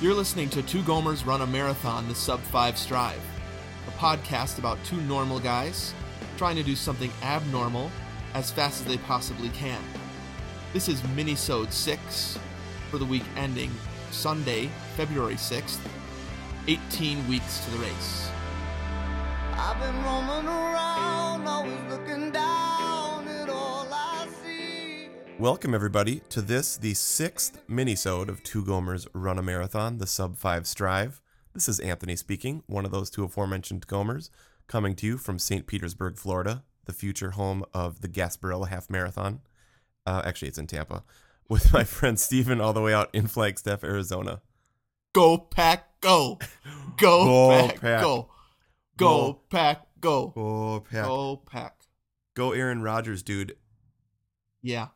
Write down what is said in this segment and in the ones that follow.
You're listening to Two Gomers Run a Marathon, the Sub 5 Strive, a podcast about two normal guys trying to do something abnormal as fast as they possibly can. This is Minisode 6 for the week ending Sunday, February 6th, 18 weeks to the race. I've been roaming around, always looking down at all I see. Welcome everybody to this, the sixth minisode of Two Gomers Run a Marathon, the Sub Five Strive. This is Anthony speaking, one of those two aforementioned Gomers, coming to you from St. Petersburg, Florida, the future home of the Gasparilla Half Marathon. Uh, actually, it's in Tampa, with my friend Steven all the way out in Flagstaff, Arizona. Go pack, go! Go, Go pack, Pack. go! Go Go. pack, go! Oh, Pat. Go pack. Go Aaron Rodgers, dude. Yeah,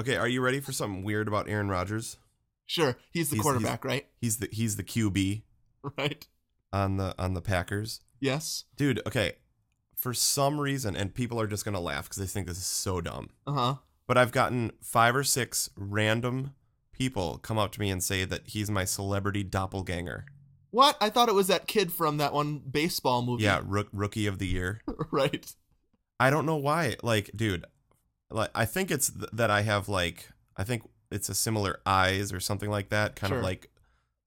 Okay, are you ready for something weird about Aaron Rodgers? sure. He's the He's- he's- quarterback, right? He's the he's the QB Right? on the on the Packers. Yes. Dude, okay. For some reason, and people are just going to laugh because they think this is so dumb, Uh huh. but I've gotten five or six random people come up to me and say that he's my celebrity doppelganger. What? I thought it was that kid from that one baseball movie. Yeah, rook, rookie of the year. right. I don't know why. Like, dude, like I think it's th- that I have like I think it's a similar eyes or something like that, kind Sure. of like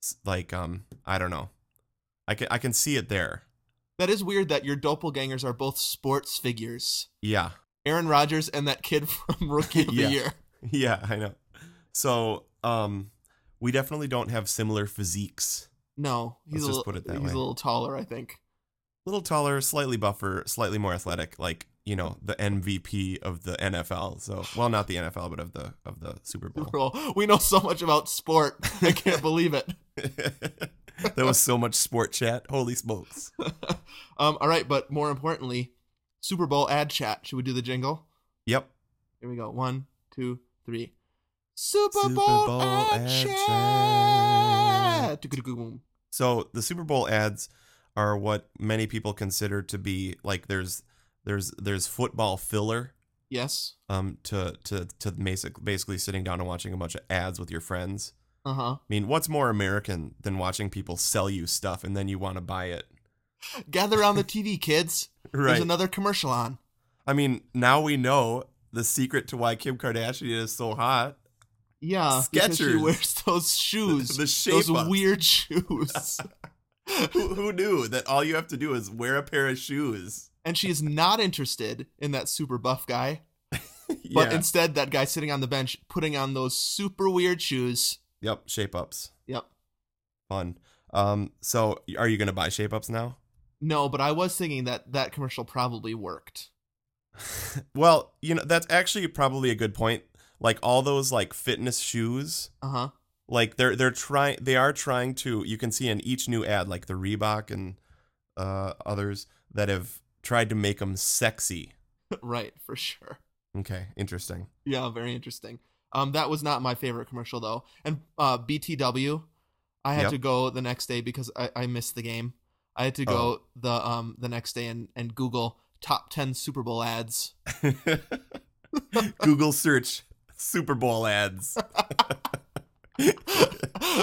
s- like um I don't know. I can I can see it there. That is weird that your doppelgangers are both sports figures. Yeah. Aaron Rodgers and that kid from Rookie of Yeah. the Year. Yeah, I know. So, um, we definitely don't have similar physiques. No, he's Let's a just little, put it that he's way. a little taller, I think. A little taller, slightly buffer, slightly more athletic, like you know the MVP of the NFL. So, well, not the NFL, but of the of the Super Bowl. Well, We know so much about sport. I can't believe it. there was so much sport chat. Holy smokes! Um, all right, but more importantly, Super Bowl ad chat. Should we do the jingle? Yep. Here we go. One, two, three. Super, Super Bowl, Bowl ad, ad chat. Tuk-tuk-tuk-boom. So the Super Bowl ads are what many people consider to be like there's there's there's football filler Yes. um to to to basic, basically sitting down and watching a bunch of ads with your friends. Uh huh. I mean, what's more American than watching people sell you stuff and then you want to buy it? Gather around the TV, kids. There's another commercial on. I mean, now we know the secret to why Kim Kardashian is so hot. Yeah, because she Skechers. wears those shoes, The- the those shape-ups. weird shoes, who, who knew that all you have to do is wear a pair of shoes? and she is not interested in that super buff guy, but yeah. instead that guy sitting on the bench putting on those super weird shoes. yep. Shape ups. Yep. Fun. Um, so are you going to buy shape ups now? No, but I was thinking that that commercial probably worked. Well, you know, that's actually probably a good point. Like all those like fitness shoes, Uh huh. like they're they're trying they are trying to you can see in each new ad like the Reebok and uh others that have tried to make them sexy. right, for sure. Okay, interesting. Yeah, very interesting. Um, that was not my favorite commercial though. And uh, BTW, I had Yep. to go the next day because I, I missed the game. I had to Oh. go the um the next day and, and Google top ten Super Bowl ads. Google search Super Bowl ads.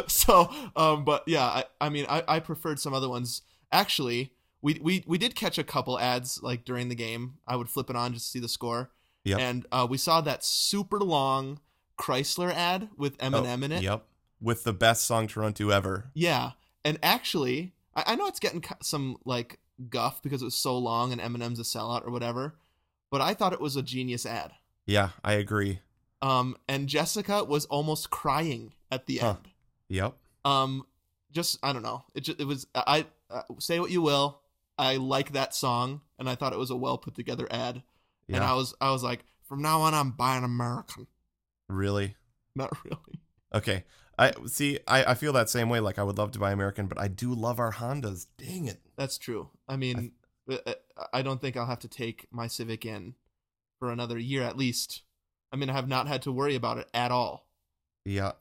so um, but yeah, I, I mean I, I preferred some other ones. Actually, we, we we did catch a couple ads like during the game. I would flip it on just to see the score. Yep. And uh, we saw that super long Chrysler ad with Oh, Eminem in it. Yep. With the best song to run to ever. Yeah, and actually, I, I know it's getting ki- some like guff because it was so long and Eminem's a sellout or whatever, but I thought it was a genius ad. Yeah, I agree. Um, and Jessica was almost crying at the Huh. end. Yep. Um, just I don't know. It just, it was I uh, say what you will. I like that song, and I thought it was a well put together ad. Yeah. And I was I was like, from now on, I'm buying American. really? Not really. Okay. I see I, I feel that same way. Like I would love to buy American, but I do love our Hondas. Dang it. That's true. I mean, I, I don't think I'll have to take my Civic in for another year at least. I mean, I have not had to worry about it at all. Yeah.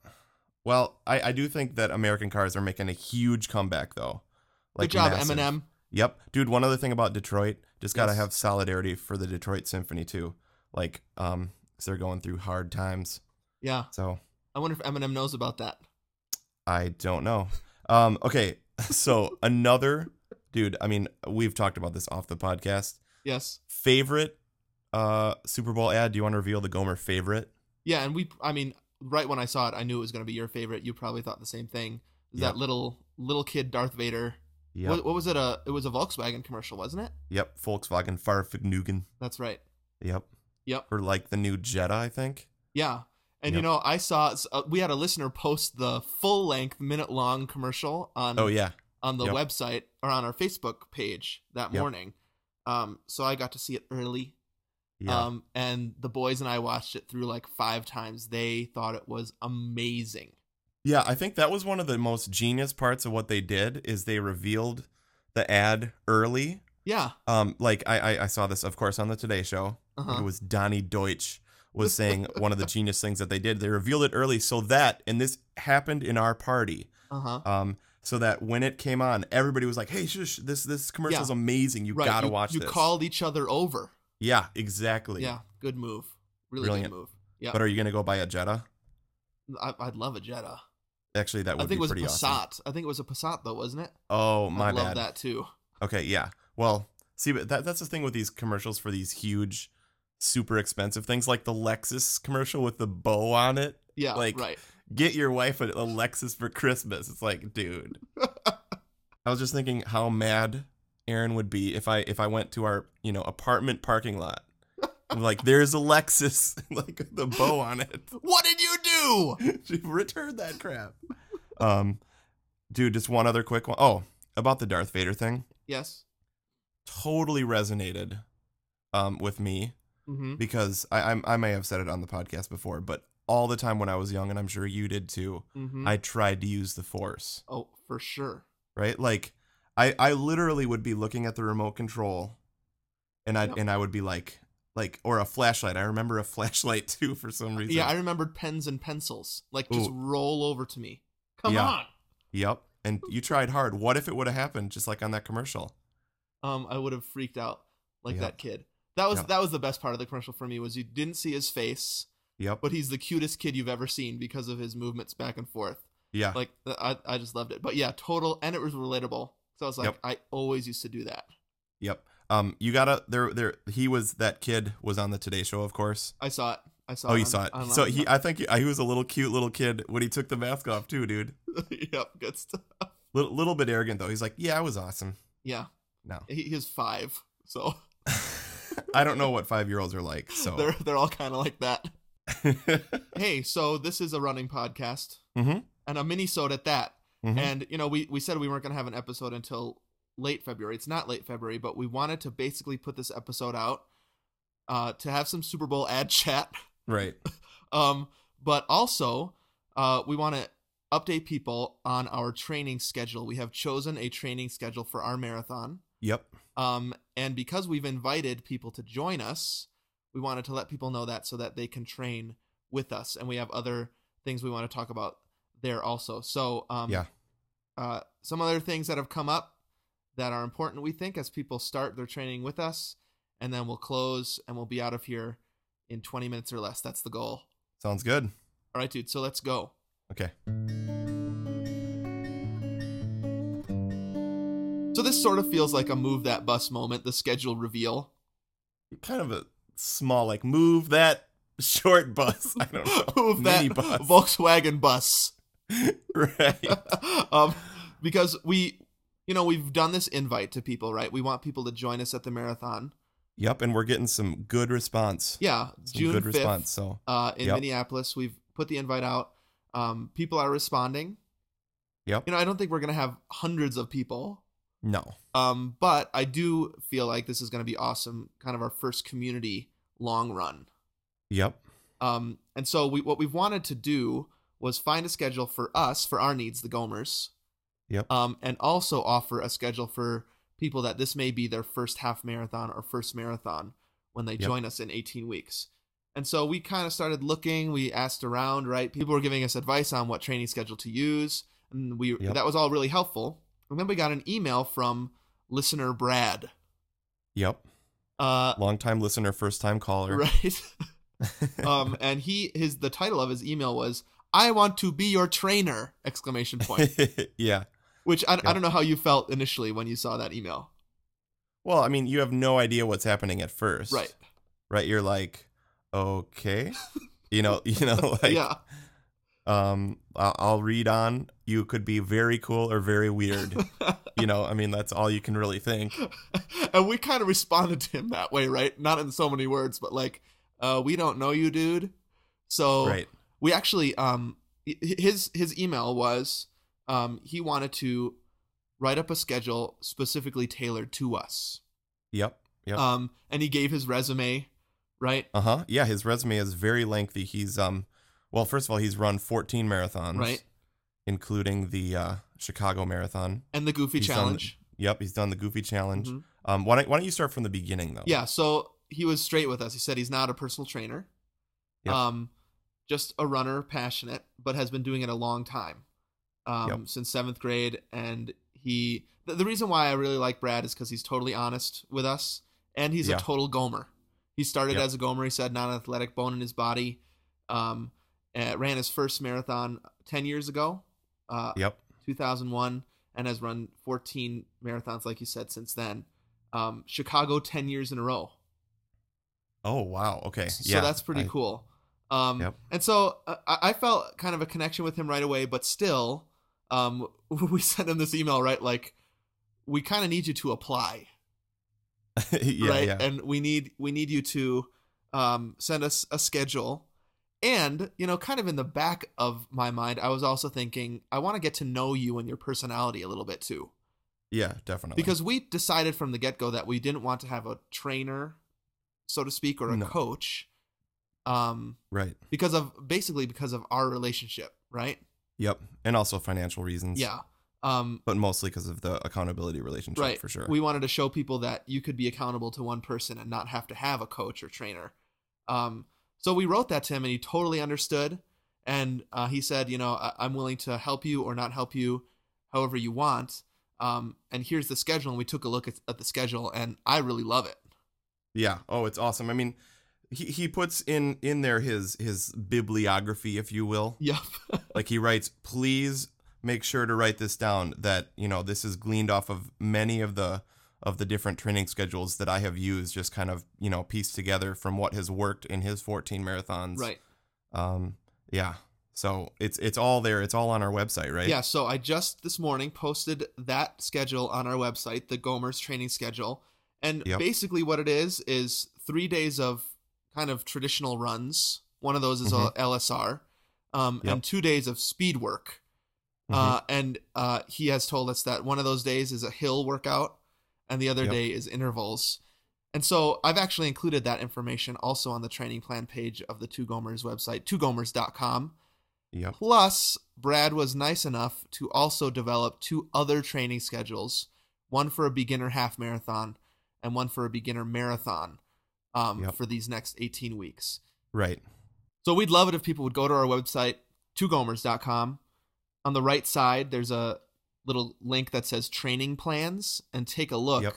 Well, I, I do think that American cars are making a huge comeback though. Good job, massive. Eminem. Yep. Dude, one other thing about Detroit, just gotta Yes. have solidarity for the Detroit Symphony too. Like, um, 'cause they're going through hard times. Yeah, So I wonder if Eminem knows about that. I don't know. Um, okay, so another dude. I mean, we've talked about this off the podcast. Yes. Favorite uh, Super Bowl ad? Do you want to reveal the Gomer favorite? Yeah, and we I mean, right when I saw it, I knew it was going to be your favorite. You probably thought the same thing. Yep. That little little kid Darth Vader. Yep. What, what was it? A it was a Volkswagen commercial, wasn't it? Yep. Volkswagen Farfignugan. That's right. Yep. Yep. Or like the new Jetta, I think. Yeah. And Yep. you know, I saw uh, we had a listener post the full length minute long commercial on Oh yeah. on the Yep. website or on our Facebook page that Yep. morning. Um, so I got to see it early. Yeah. Um, and the boys and I watched it through like five times. They thought it was amazing. Yeah, I think that was one of the most genius parts of what they did is they revealed the ad early. Yeah. Um, like I, I, I saw this, of course, on the Today Show. Uh-huh. It was Donnie Deutsch was saying one of the genius things that they did. They revealed it early so that, and this happened in our party. Uh huh. Um, so that when it came on, everybody was like, "Hey, shush, this this commercial's Yeah. amazing. You gotta you, watch You this." called each other over. yeah, exactly. Yeah. Good move. Really Brilliant. good move. Yeah. But are you gonna go buy a Jetta? I, I'd love a Jetta. Actually, that I would think it be was a pretty Passat. awesome. I think it was a Passat though, wasn't it? Oh my I love bad. that too. Okay, yeah. Well, see, but that, that's the thing with these commercials for these huge, super expensive things, like the Lexus commercial with the bow on it. Yeah. Like- right. Get your wife a, a Lexus for Christmas. It's like, dude. I was just thinking how mad Aaron would be if I if I went to our you know apartment parking lot. I'm like, there's a Lexus, like with the bow on it. What did you do? Return that crap. Um, dude, just one other quick one. Oh, about the Darth Vader thing. Yes. totally resonated um, with me Mm-hmm. because I, I I may have said it on the podcast before, but all the time when I was young, and I'm sure you did too, Mm-hmm. I tried to use the force. oh, for sure. Right, like I I literally would be looking at the remote control, and I Yep. and I would be like like or a flashlight. I remember a flashlight too for some reason. Uh, Yeah, I remembered pens and pencils. Like just Ooh. roll over to me. Come Yeah. on. yep. And you tried hard. What if it would have happened just like on that commercial? Um, I would have freaked out like Yeah. that kid. That was Yeah. that was the best part of the commercial for me was you didn't see his face, Yep. but he's the cutest kid you've ever seen because of his movements back and forth. yeah. Like th- I I just loved it. But yeah, total and it was relatable. So I was like, Yep. I always used to do that. yep. Um, you gotta there there. He was that kid was on the Today Show, of course. I saw it. I saw Oh, it. you on- saw it. online. So he, I think he, he was a little cute little kid when he took the mask off too, dude. yep, good stuff. Little, little bit arrogant though. He's like, "Yeah, I was awesome." Yeah. No. He, he's five. So I don't know what five year olds are like. So, they're they're all kinda like that. Mhm. Hey, so this is a running podcast. Mhm. And a mini sode at that. Mm-hmm. And you know, we we said we weren't going to have an episode until late February. It's not late February, but we wanted to basically put this episode out uh, to have some Super Bowl ad chat. right. Um, but also, uh, we want to update people on our training schedule. We have chosen a training schedule for our marathon. Yep. Um, and because we've invited people to join us, we wanted to let people know that so that they can train with us. And we have other things we want to talk about there also. So, um, Yeah. uh, some other things that have come up that are important, we think, as people start their training with us. And then we'll close and we'll be out of here in 20 minutes or less. That's the goal. Sounds good. All right, dude. So let's go. Okay. So this sort of feels like a move that bus moment, the schedule reveal. Kind of a small like move that short bus. I don't know. move that Mini bus. Volkswagen bus. right. um, because we, you know, we've done this invite to people, right? We want people to join us at the marathon. Yep. And we're getting some good response. Yeah, Some June good 5th response. So Uh, in Yep. Minneapolis. We've put the invite out. Um, people are responding. Yep. You know, I don't think we're going to have hundreds of people, no. um, but I do feel like this is going to be awesome, kind of our first community long run. Yep. Um, and so we, what we've wanted to do was find a schedule for us, for our needs, the Gomers. Yep. Um, and also offer a schedule for people that this may be their first half marathon or first marathon when they Yep. join us in 18 weeks. And so we kind of started looking, we asked around, right? People were giving us advice on what training schedule to use, and we Yep. that was all really helpful. And then we got an email from listener Brad. Yep. Uh, Long time listener, first time caller. right? um, and he his the title of his email was "I want to be your trainer!" Exclamation point. yeah. Which I, Yeah. I don't know how you felt initially when you saw that email. Well, I mean, you have no idea what's happening at first. Right. Right. You're like, okay. you know, you know, like yeah. um I- I'll read on. You could be very cool or very weird. you know, I mean, that's all you can really think. and we kind of responded to him that way, right? Not in so many words, but like, uh, we don't know you, dude. So Right. we actually, um, hi- his his email was, um, he wanted to write up a schedule specifically tailored to us. Yep. Yep. Um, and he gave his resume, right? Uh huh. Yeah, his resume is very lengthy. He's um, well, first of all, he's run 14 marathons, Right. including the uh, Chicago Marathon. And the Goofy He's done the- challenge. Yep, he's done the Goofy Challenge. Mhm. Um, why don't why don't you start from the beginning though? Yeah. So he was straight with us. He said he's not a personal trainer. Yep. Um, just a runner, passionate, but has been doing it a long time, um, Yep. since seventh grade. And he, the, the reason why I really like Brad is because he's totally honest with us, and he's Yeah. a total Gomer. He started Yep. as a Gomer. He said non-athletic, bone in his body. Um, uh, ran his first marathon uh, ten years ago, uh, Yep. 2001 and has run 14 marathons, like you said, since then. Um, Chicago 10 years in a row. Oh wow. Okay. So Yeah. that's pretty I- cool. Um, Yep. And so uh, I, I felt kind of a connection with him right away, but still, um, we sent him this email, right? Like, we kind of need you to apply, yeah. right? Yeah. And we need we need you to um, send us a schedule. And you know, kind of in the back of my mind, I was also thinking I want to get to know you and your personality a little bit too. yeah. Definitely. because we decided from the get-go that we didn't want to have a trainer so to speak or a No. coach um right. because of basically because of our relationship right Yep. And also financial reasons. yeah um But mostly because of the accountability relationship, right for sure. we wanted to show people that you could be accountable to one person and not have to have a coach or trainer um so we wrote that to him and he totally understood and uh, he said you know I- i'm willing to help you or not help you however you want um and here's the schedule and we took a look at, at the schedule and i really love it Yeah. Oh, it's awesome. I mean, he, he puts in in there his his bibliography, if you will. yep Like he writes, please make sure to write this down that, you know, this is gleaned off of many of the of the different training schedules that I have used, just kind of, you know, pieced together from what has worked in his 14 marathons. right Um, yeah. So it's it's all there. It's all on our website, right? Yeah, so I just this morning posted that schedule on our website, the Gomer's training schedule. And Yep. basically what it is is 3 days of kind of traditional runs. One of those is a LSR. Um, Mm-hmm. Yep. Mm-hmm. and 2 days of speed work. Uh, and uh, he has told us that one of those days is a hill workout and the other Yep. day is intervals. And so I've actually included that information also on the training plan page of the Two Gomers website, twogomers.com. Yep. Plus, Brad was nice enough to also develop two other training schedules one for a beginner half marathon and one for a beginner marathon um, Yep. for these next 18 weeks. Right. So we'd love it if people would go to our website, twogomers.com. On the right side, there's a little link that says training plans and take a look Yep.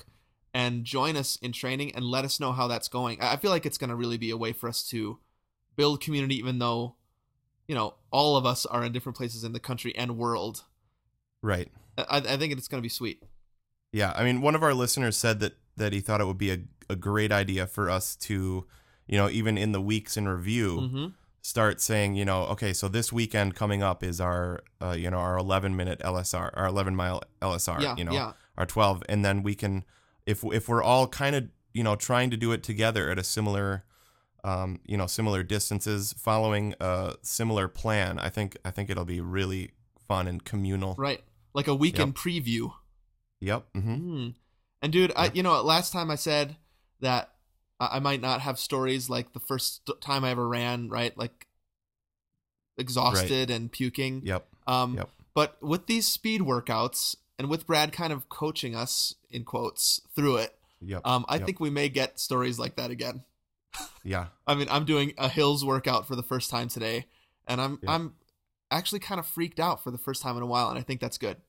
and join us in training and let us know how that's going. I I feel like it's going to really be a way for us to build community, even though, you know, all of us are in different places in the country and world. Right. I, I I think it's going to be sweet. Yeah, I mean, one of our listeners said that that he thought it would be a, a great idea for us to, you know, even in the weeks in review, hmm start saying, you know, okay, so this weekend coming up is our, uh, you know, our 11 minute LSR, our 11 mile LSR, Yeah, you know, yeah, our 12, and then we can, if if we're all kind of, you know, trying to do it together at a similar, um, you know, similar distances, following a similar plan, I think I think it'll be really fun and communal. right. Like a weekend preview. Yep. hmm Mm. And dude, I Yeah. you know last time I said that I I might not have stories like the first t- time I ever ran, right? Like exhausted and puking. Yep. Um, Yep. but with these speed workouts and with Brad kind of coaching us in quotes through it, Yep. um, I Yep. think we may get stories like that again. Yeah. I mean, I'm doing a hills workout for the first time today, and I'm Yeah. I'm actually kind of freaked out for the first time in a while, and I think that's good.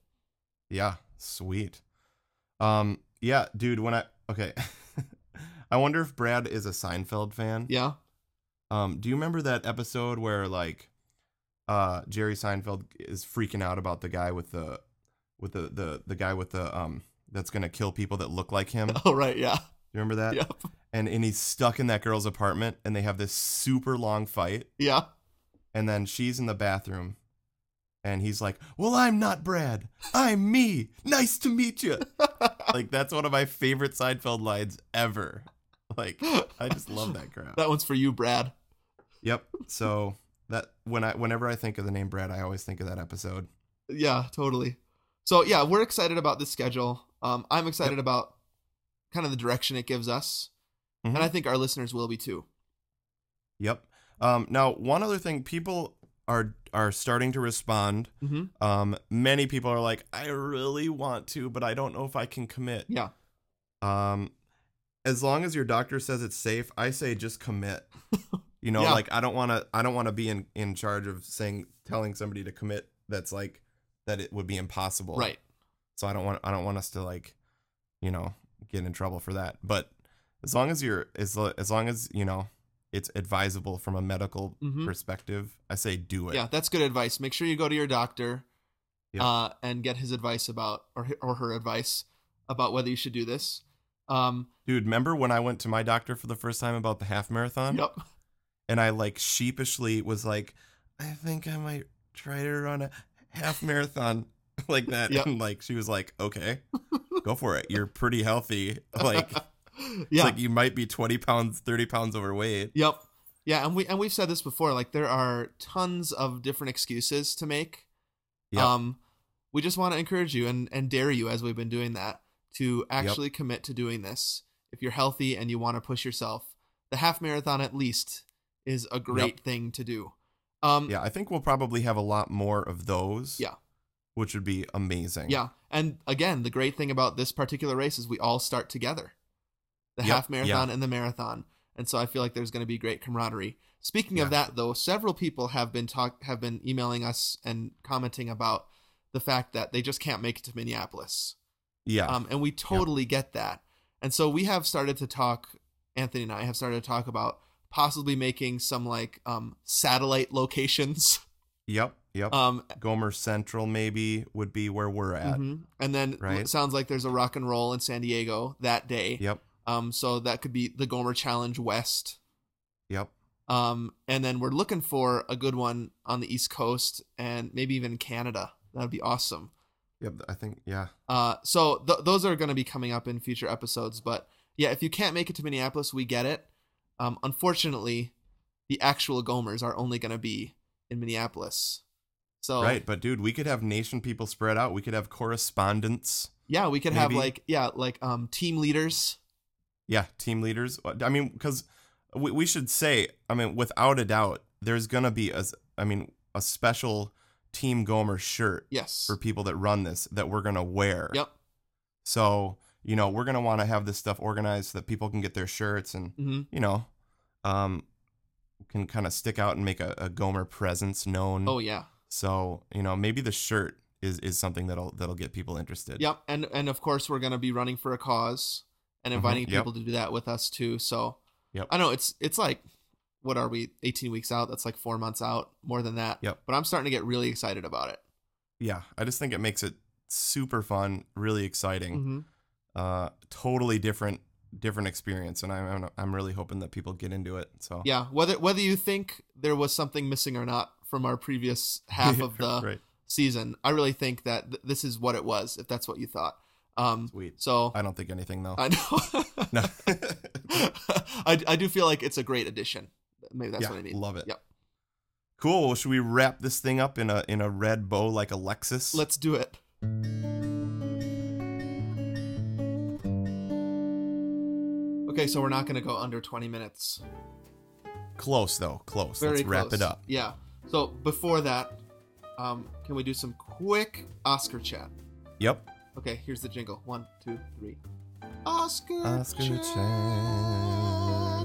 Yeah, sweet. Um, yeah, dude, when I okay. I wonder if Brad is a Seinfeld fan. Yeah. Um, do you remember that episode where like uh Jerry Seinfeld is freaking out about the guy with the with the the the guy with the um that's gonna kill people that look like him. Oh right, yeah. You remember that? Yep. And and he's stuck in that girl's apartment, and they have this super long fight, Yeah. and then she's in the bathroom, and he's like, "Well, I'm not Brad. I'm me. Nice to meet you." like that's one of my favorite Seinfeld lines ever. Like I just love that crap. That one's for you, Brad. Yep. So that when I whenever I think of the name Brad, I always think of that episode. Yeah, totally. So yeah, we're excited about this schedule. Um, I'm excited about kind of the direction it gives us, Mhm. and I think our listeners will be too. Yep. Um, now, one other thing, people are are starting to respond. Mhm. Um, many people are like, "I really want to, but I don't know if I can commit." Yeah, Um, as long as your doctor says it's safe, I say just commit. You know, Yeah. like I don't want to. I don't want to be in in charge of saying telling somebody to commit. That's like that it would be impossible. right. So I don't want I don't want us to like, you know, get in trouble for that. But as long as you're as lo- as long as you know it's advisable from a medical Mhm. perspective, I say do it. Yeah, that's good advice. Make sure you go to your doctor Yeah. uh, and get his advice about or hi- or her advice about whether you should do this. Um, Dude, remember when I went to my doctor for the first time about the half marathon? yep. And I like sheepishly was like, I think I might try to run a half marathon like that. Yep. And like she was like, Okay, go for it. You're pretty healthy. Like yeah. it's like you might be twenty pounds, thirty pounds overweight. Yep. Yeah, and we and we've said this before. Like there are tons of different excuses to make. Yep. Um, we just want to encourage you and and dare you as we've been doing that to actually commit to doing this. If you're healthy and you want to push yourself, the half marathon at least is a great thing to do. Um, Yeah, I think we'll probably have a lot more of those. Yeah. Which would be amazing. yeah. And again, the great thing about this particular race is we all start together, the Yep, half marathon and the marathon. And so I feel like there's going to be great camaraderie. Speaking of that, though, several people have been talk have been emailing us and commenting about the fact that they just can't make it to Minneapolis. Yeah. Um, and we totally get that. And so we have started to talk. Anthony and I have started to talk about possibly making some like um, satellite locations, yep. Yep. um, Gomer Central maybe would be where we're at. mhm. and then Mm-hmm. right? it sounds like there's a rock and roll in San Diego that day. Yep. Um, so that could be the Gomer Challenge West. Yep. Um, and then we're looking for a good one on the East Coast and maybe even Canada. That would be awesome. Yep. I think yeah. Uh, so th- those are going to be coming up in future episodes. But yeah, if you can't make it to Minneapolis, we get it. Um, unfortunately, the actual Gomers are only going to be in Minneapolis. So Right. But dude, we could have nation people spread out. We could have correspondents. yeah, we could have Maybe. like yeah, like um team leaders. Yeah, team leaders. Uh, I mean, because we, we should say, I mean, without a doubt, there's gonna be a, s- I mean, a special team Gomer shirt Yes. for people that run this that we're gonna wear. Yep. So, you know, we're going to want to have this stuff organized so that people can get their shirts and, hmm you know, um, can kind of stick out and make a, a Gomer presence known. Oh yeah. So, you know, maybe the shirt is, is something that'll, that'll get people interested. Yep, and and of course we're gonna be running for a cause and inviting Mhm, yep. people to do that with us too. So Yep. I know it's it's like what are we 18 weeks out? That's like four months out, more than that. Yep. But I'm starting to get really excited about it. Yeah. I just think it makes it super fun, really exciting, hmm uh, totally different, different experience. And I'm, I'm, I'm really hoping that people get into it. So Yeah. Whether whether you think there was something missing or not from our previous half of the right. season, I really think that th- this is what it was. If that's what you thought. Um. Sweet. So I don't think anything though. I know. no. I I do feel like it's a great addition. Maybe that's yeah. what I mean. Love it. Yep. Cool. Well, should we wrap this thing up in a in a red bow like a Lexus? Let's do it. Okay, so we're not going to go under 20 minutes. close though, close. Very Let's close. wrap it up. Yeah. So before that, um, can we do some quick Oscar chat? Yep. Okay, here's the jingle. One, two, three. Oscar, Oscar chat.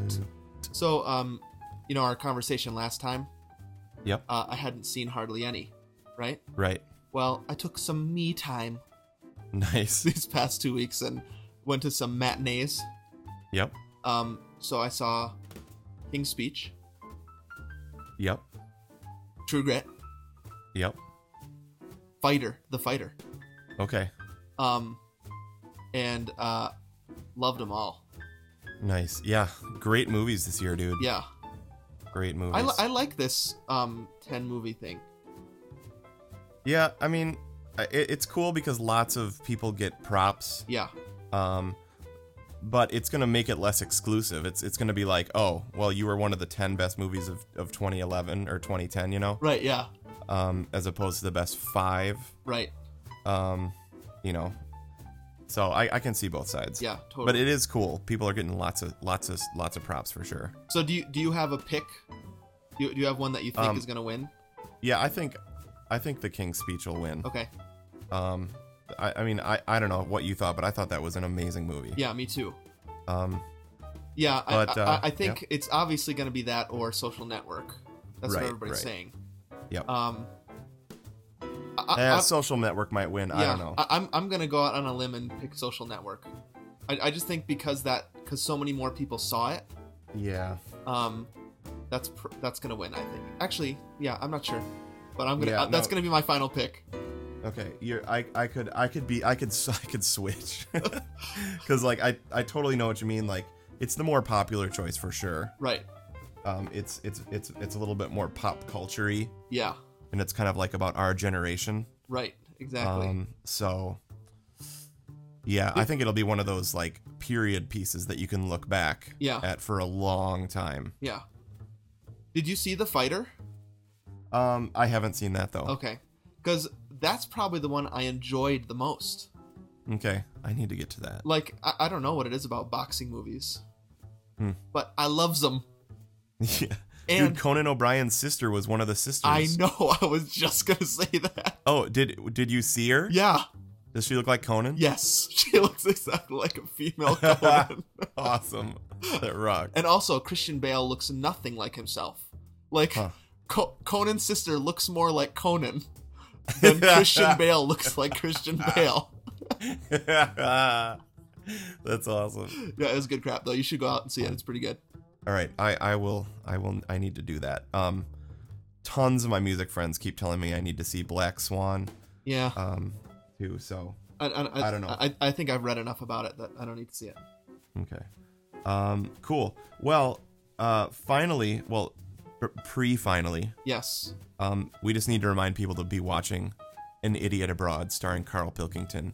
chat. So, um, you know, our conversation last time, Yep. uh, I hadn't seen hardly any, right? Right. Well, I took some me time Nice. these past two weeks and went to some matinees. Yep. Um, so I saw King's Speech, Yep. True Grit, Yep. Fighter, The Fighter, Okay. Um, and uh, loved them all. Nice. Yeah. Great movies this year, dude. Yeah, Great movies. I, li- I like this um ten movie thing. yeah. I mean, I- it, it's cool because lots of people get props Yeah, um, but it's gonna make it less exclusive. It's it's gonna be like, oh, well, you were one of the ten best movies of, of 2011 or 2010, you know, right. Yeah, um, as opposed to the best five, right. um, you know. So I, I can see both sides. Yeah, totally. But it is cool. People are getting lots of lots of lots of props for sure. so do you do you have a pick? Do you, do you have one that you think Um, is gonna win? Yeah, I think I think the King's Speech will win. Okay. Um, I, I mean I, I don't know what you thought, but I thought that was an amazing movie. Yeah, me too. Um, Yeah, But, I, I, uh, I think it's obviously going to be that or Social Network. That's Right, what everybody's right. saying. Yep. Um. I, I, eh, I'm- Social Network might win. I yeah, don't know. I, am I'm gonna go out on a limb and pick Social Network. I, I just think because that because so many more people saw it, yeah. um, that's pr- that's gonna win. I think. Actually, yeah, I'm not sure, but I'm gonna Yeah, uh, that's no. gonna be my final pick. Okay, you're. I. I could. I could be. I could. s- I could switch, because like I. I totally know what you mean. Like it's the more popular choice for sure. Right. Um, it's it's it's it's a little bit more pop culture-y, Yeah. and it's kind of like about our generation. Right. Exactly. Um, so yeah, I think it'll be one of those like period pieces that you can look back Yeah. at for a long time. yeah. Did you see the fighter? Um, I haven't seen that though. Okay. Because that's probably the one I enjoyed the most. Okay, I need to get to that. Like, I, I don't know what it is about boxing movies, Hmm. but I loves them. yeah, And dude, Conan O'Brien's sister was one of the sisters. I know I was just going to say that. Oh, did did you see her? Yeah. Does she look like Conan? Yes. She looks exactly like a female Conan. Awesome. That rock. and also, Christian Bale looks nothing like himself. Like, Huh. Co- Conan's sister looks more like Conan than Christian Bale looks like Christian Bale. That's awesome. Yeah, it was good crap, though. You should go out and see it. It's pretty good. All right, I I will I will I need to do that. Um tons of my music friends keep telling me I need to see Black Swan Yeah. um too, so I, I, I, I don't know. I, I think I've read enough about it that I don't need to see it. okay. Um cool. Well, uh finally, well pre finally, Yes. Um, we just need to remind people to be watching An Idiot Abroad, starring Carl Pilkington,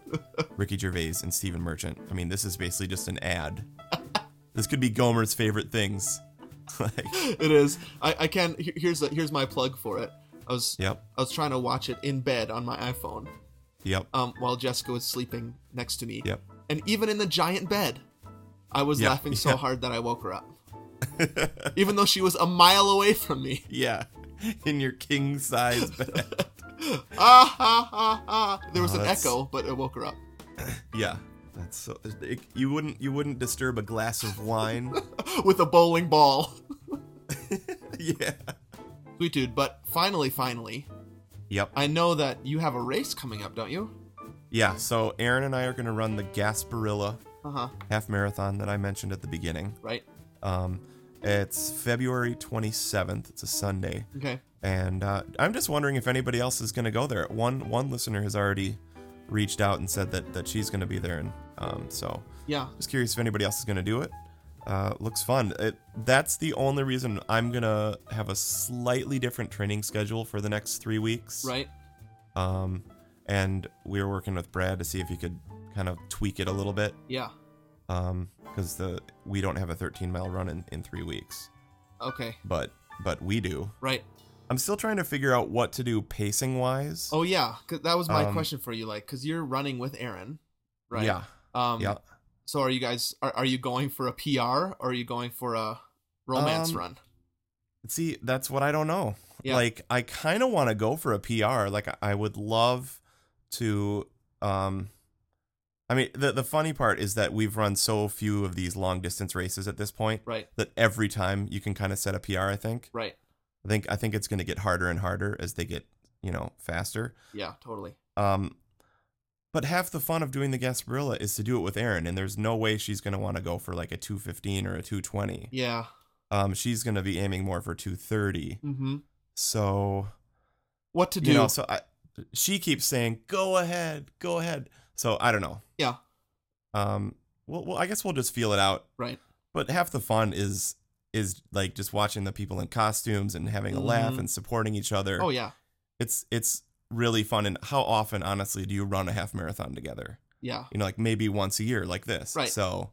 Ricky Gervais, and Stephen Merchant. I mean, this is basically just an ad. this could be Gomer's favorite things. like, it is. I, I can. he- Here's a, here's my plug for it. I was yep, I was trying to watch it in bed on my iPhone, yep, um, while Jessica was sleeping next to me. yep. And even in the giant bed, I was Yeah, laughing so yeah. hard that I woke her up, even though she was a mile away from me. Yeah, in your king size bed. Ah ha ha ha! There was an Oh, that's- echo, but it woke her up. yeah, that's so. It, you wouldn't you wouldn't disturb a glass of wine. With a bowling ball, yeah. sweet dude. But finally, finally, Yep. I know that you have a race coming up, don't you? Yeah. So Aaron and I are gonna run the Gasparilla Uh huh. half marathon that I mentioned at the beginning. Right. Um, it's February 27th. It's a Sunday, Okay. and uh, I'm just wondering if anybody else is going to go there. One one listener has already reached out and said that that she's going to be there, and um, so Yeah. just curious if anybody else is going to do it. Uh, looks fun. It, that's the only reason I'm gonna have a slightly different training schedule for the next three weeks. Right. Um, and we were working with Brad to see if he could kind of tweak it a little bit, Yeah. um, because the we don't have a 13 mile run in, in three weeks Okay. but but we do. Right. I'm still trying to figure out what to do pacing wise. Oh yeah, 'cause that was my Um, question for you. Like, cause you're running with Aaron, right? yeah, Um, yeah. So are you guys? Are, are you going for a PR or are you going for a romance Um, run? See, that's what I don't know. Yeah. Like, I kind of want to go for a PR. Like, I- I would love to. Um, I mean, the the funny part is that we've run so few of these long distance races at this point Right. that every time you can kind of set a PR. I think. Right. I think. I think it's going to get harder and harder as they get you know faster. Yeah. Totally. Um, but half the fun of doing the Gasparilla is to do it with Erin, and there's no way she's gonna want to go for like a 215 or a 220. Yeah. Um, she's gonna be aiming more for 230. Mm-hmm. So What to do? you know, so I she keeps saying, "Go ahead, go ahead." So I don't know. Yeah. Um. Well, well, I guess we'll just feel it out. Right. But half the fun is is like just watching the people in costumes and having a laugh Mhm. and supporting each other. Oh yeah. It's it's really fun. And how often, honestly, do you run a half marathon together? Yeah. You know, like maybe once a year, like this. Right. So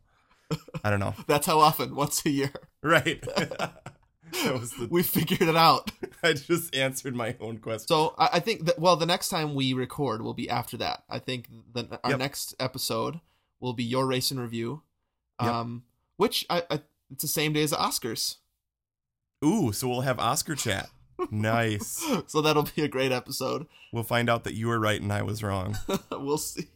I don't know. That's how often, once a year. Right. that was the. We figured it out. I just answered my own question. So I, I think that well, the next time we record will be after that. I think the, our Yep. next episode will be your race and review, Yep. um, which I, I it's the same day as the Oscars, Ooh, so we'll have Oscar chat. nice. so that'll be a great episode. We'll find out that you were right and I was wrong. we'll see.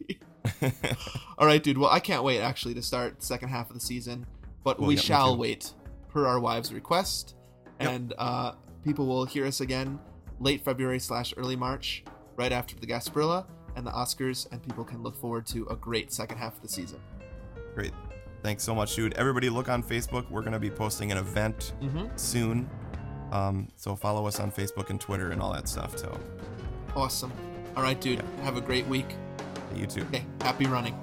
All right, dude. Well, I can't wait actually to start the second half of the season, but Well, we yeah, me shall too. wait per our wives' request, Yep. and uh, people will hear us again late February slash early March, right after the Gasparilla and the Oscars, and people can look forward to a great second half of the season. Great. Thanks so much, dude. Everybody, look on Facebook. We're going to be posting an event Mm-hmm. soon. Um, so follow us on Facebook and Twitter and all that stuff. So, Awesome. All right, dude. Have a great week. you too. Okay, happy running.